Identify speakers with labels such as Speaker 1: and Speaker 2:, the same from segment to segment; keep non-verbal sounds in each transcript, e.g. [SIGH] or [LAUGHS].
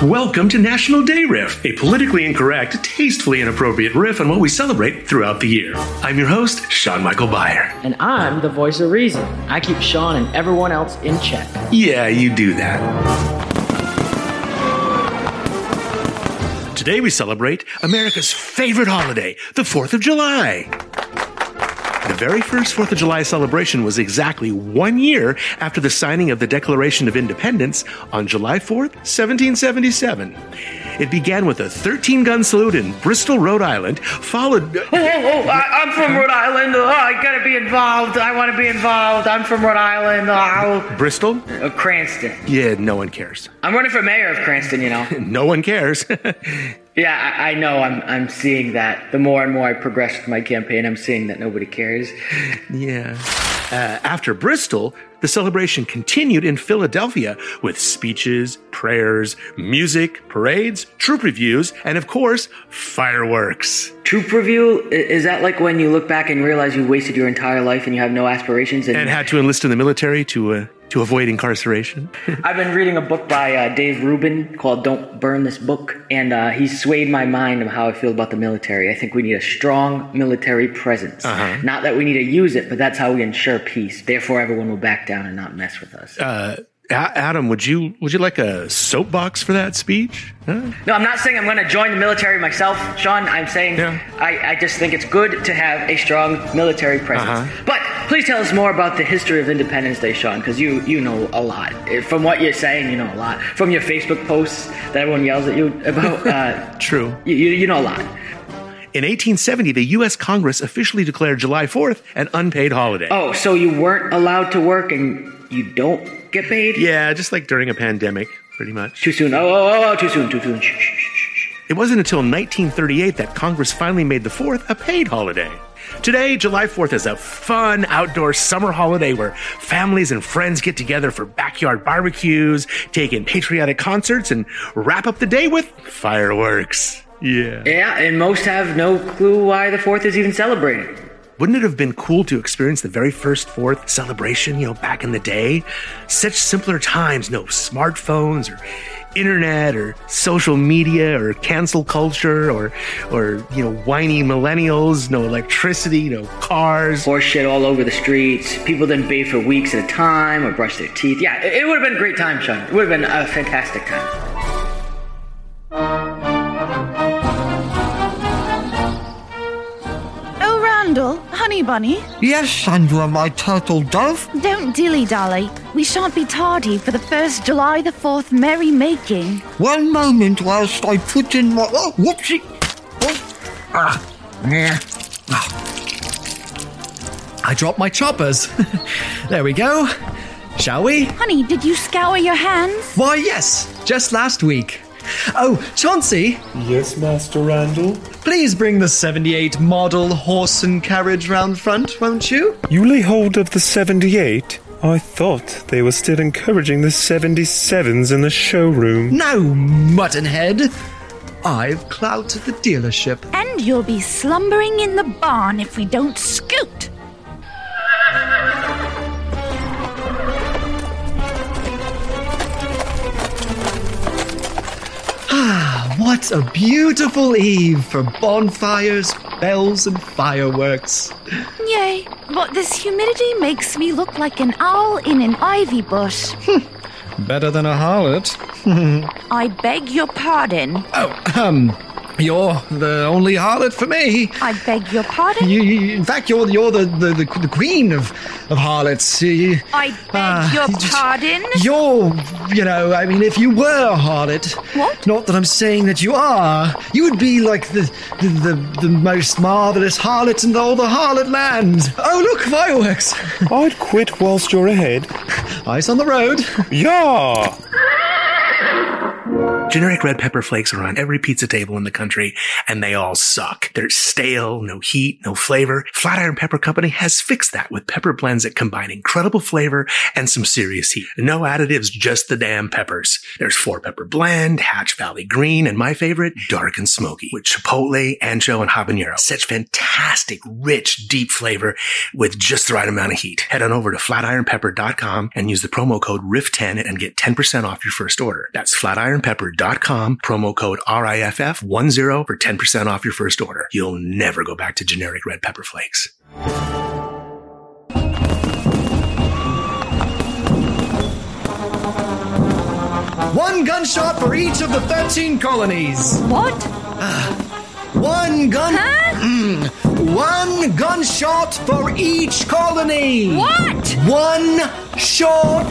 Speaker 1: Welcome to National Day Riff, a politically incorrect, tastefully inappropriate riff on what we celebrate throughout the year. I'm your host, Sean Michael Byer.
Speaker 2: And I'm the voice of reason. I keep Sean and everyone else in check.
Speaker 1: Yeah, you do that. Today we celebrate America's favorite holiday, the 4th of July. The very first 4th of July celebration was exactly one year after the signing of the Declaration of Independence on July 4th, 1777. It began with a 13 gun salute in Bristol, Rhode Island, followed. [LAUGHS]
Speaker 3: Oh, oh, I, I'm from Rhode Island. Oh, I gotta be involved. I want to be involved. I'm from Rhode Island. Oh,
Speaker 1: Bristol?
Speaker 3: oh, Cranston.
Speaker 1: Yeah, no one cares.
Speaker 3: I'm running for mayor of Cranston. You know.
Speaker 1: No one cares. [LAUGHS]
Speaker 3: Yeah, I, I know. I'm I'm seeing that. The more and more I progress with my campaign, I'm seeing that nobody cares.
Speaker 1: Yeah. Uh, after Bristol, the celebration continued in Philadelphia with speeches, prayers, music, parades, troop reviews, and of course, fireworks.
Speaker 3: Troop review I- is that like when you look back and realize you wasted your entire life and you have no aspirations? And,
Speaker 1: And had to enlist in the military to uh, to avoid incarceration.
Speaker 3: I've been reading a book by uh, Dave Rubin called "Don't Burn This Book," and uh, he swayed my mind on how I feel about the military. I think we need a strong military presence.
Speaker 1: Uh-huh.
Speaker 3: Not that we need to use it, but that's how we ensure peace. Therefore, everyone will back down and not mess with us.
Speaker 1: Uh. A- Adam, would you would you like a soapbox for that speech? Huh?
Speaker 3: No, I'm not saying I'm going to join the military myself, Sean. I'm saying
Speaker 1: Yeah.
Speaker 3: I, I just think it's good to have a strong military presence.
Speaker 1: Uh-huh.
Speaker 3: But please tell us more about the history of Independence Day, Sean, because you, you know a lot. Eh, From what you're saying, you know a lot. From your Facebook posts that everyone yells at you
Speaker 1: [LAUGHS]
Speaker 3: about, uh,
Speaker 1: True.
Speaker 3: you, you, you know a lot.
Speaker 1: In 1870, the U.S. Congress officially declared July 4th an unpaid holiday.
Speaker 3: Oh, so you weren't allowed to work and you don't get paid?
Speaker 1: Yeah, just like during a pandemic, pretty much.
Speaker 3: Too soon. Oh, oh, oh, oh, too soon, too soon. Shh, shh, shh, shh, shh.
Speaker 1: It wasn't until 1938 that Congress finally made the 4th a paid holiday. Today, July 4th is a fun outdoor summer holiday where families and friends get together for backyard barbecues, take in patriotic concerts, and wrap up the day with fireworks. Yeah.
Speaker 3: Yeah, and most have no clue why the 4th is even celebrated.
Speaker 1: Wouldn't it have been cool to experience the very first Fourth celebration, you know, back in the day? Such simpler times, no smartphones or internet or social media or cancel culture or, or, you know, whiny millennials, no electricity, no cars.
Speaker 3: horse shit all over the streets. People didn't bathe for weeks at a time or brush their teeth. Yeah, it, would have been a great time, Sean. It would have been a fantastic time.
Speaker 4: Oh, Randall, honey bunny,
Speaker 5: Yes, Sandra, my turtle dove.
Speaker 4: don't dilly dally. We shan't be tardy for the first July the 4th merry making.
Speaker 5: One moment whilst I put in my. Oh, whoopsie. Oh, ah, meh.
Speaker 6: I dropped my choppers. [LAUGHS] there we go. Shall we?
Speaker 4: Honey, did you scour your hands?
Speaker 6: Why, yes, just last week. Oh, Chauncey,
Speaker 7: Yes, Master Randall.
Speaker 6: please bring the 78 model horse and carriage round front, won't you?
Speaker 7: You lay hold of the 78? I thought they were still encouraging the 77s in the showroom.
Speaker 6: No, muttonhead. I've clouted the dealership.
Speaker 4: And you'll be slumbering in the barn if we don't scoot.
Speaker 6: What a beautiful eve for bonfires, bells, and fireworks.
Speaker 4: Yay, but this humidity makes me look like an owl in an ivy bush. [LAUGHS]
Speaker 6: Better than a harlot.
Speaker 4: I beg your pardon.
Speaker 6: Um, you're the only harlot for me.
Speaker 4: I beg your pardon.
Speaker 6: You, you- in fact, you're you're the the, the, the queen of of harlots. You- you-
Speaker 4: I beg
Speaker 6: ah,
Speaker 4: your
Speaker 6: you just-
Speaker 4: pardon.
Speaker 6: You're, you know, I mean, if you were a harlot,
Speaker 4: What?
Speaker 6: Not that I'm saying that you are. You would be like the the, the, the most marvelous harlot in all the harlot land. Oh, look, fireworks! [LAUGHS]
Speaker 7: [LAUGHS] I'd quit whilst you're ahead.
Speaker 6: Ice on the road.
Speaker 7: Yeah!
Speaker 1: Generic red pepper flakes are on every pizza table in the country, and they all suck. They're stale, no heat, no flavor. Flatiron Pepper Company has fixed that with pepper blends that combine incredible flavor and some serious heat. No additives, just the damn peppers. There's four pepper blend, Hatch Valley Green, and my favorite, Dark and Smoky, with chipotle, ancho, and habanero. Such fantastic, rich, deep flavor with just the right amount of heat. Head on over to flatironpepper.com and use the promo code RIF10 and get 10% off your first order. That's flatironpepper.com RIFF.com, promo code RIFF10 for 10% off your first order. You'll never go back to generic red pepper flakes.
Speaker 6: One gunshot for each of the 13 colonies.
Speaker 4: What?
Speaker 6: One gun.
Speaker 4: Huh?
Speaker 6: Mm. one gunshot for each colony.
Speaker 4: What?
Speaker 6: One shot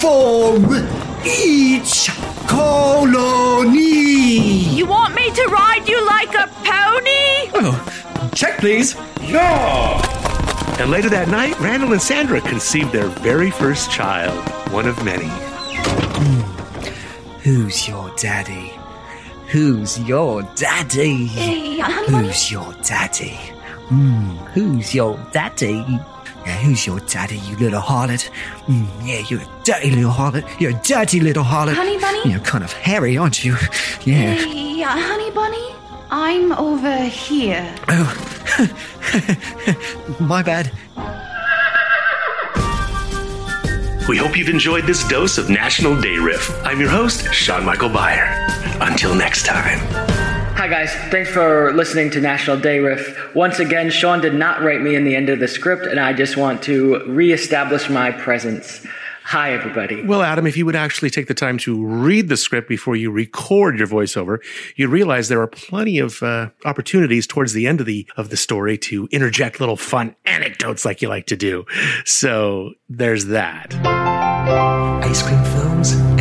Speaker 6: for each colony.
Speaker 4: You want me to ride you like a pony?
Speaker 6: Oh, check, please.
Speaker 1: And later that night, Randall and Sandra conceived their very first child, one of many.
Speaker 6: Hmm.
Speaker 8: Who's your daddy? Who's your daddy?
Speaker 4: Hey, I'm
Speaker 8: Who's your daddy? Mm, who's your daddy? Yeah, who's your daddy, you little harlot? Mm, yeah, you're a dirty little harlot. You're a dirty little harlot.
Speaker 4: Honey bunny?
Speaker 8: You're kind of hairy, aren't you? Yeah.
Speaker 4: Hey, uh, honey bunny, I'm over here.
Speaker 8: Oh, my bad.
Speaker 1: We hope you've enjoyed this dose of National Day Riff. I'm your host, Sean Michael Byer. Until next time.
Speaker 3: Hi guys, thanks for listening to National Day Riff. Once again, Sean did not write me in the end of the script, and I just want to reestablish my presence. Hi everybody.
Speaker 1: Well, Adam, if you would actually take the time to read the script before you record your voiceover, you'd realize there are plenty of uh, opportunities towards the end of the of the story to interject little fun anecdotes like you like to do. So there's that.
Speaker 8: Ice cream films?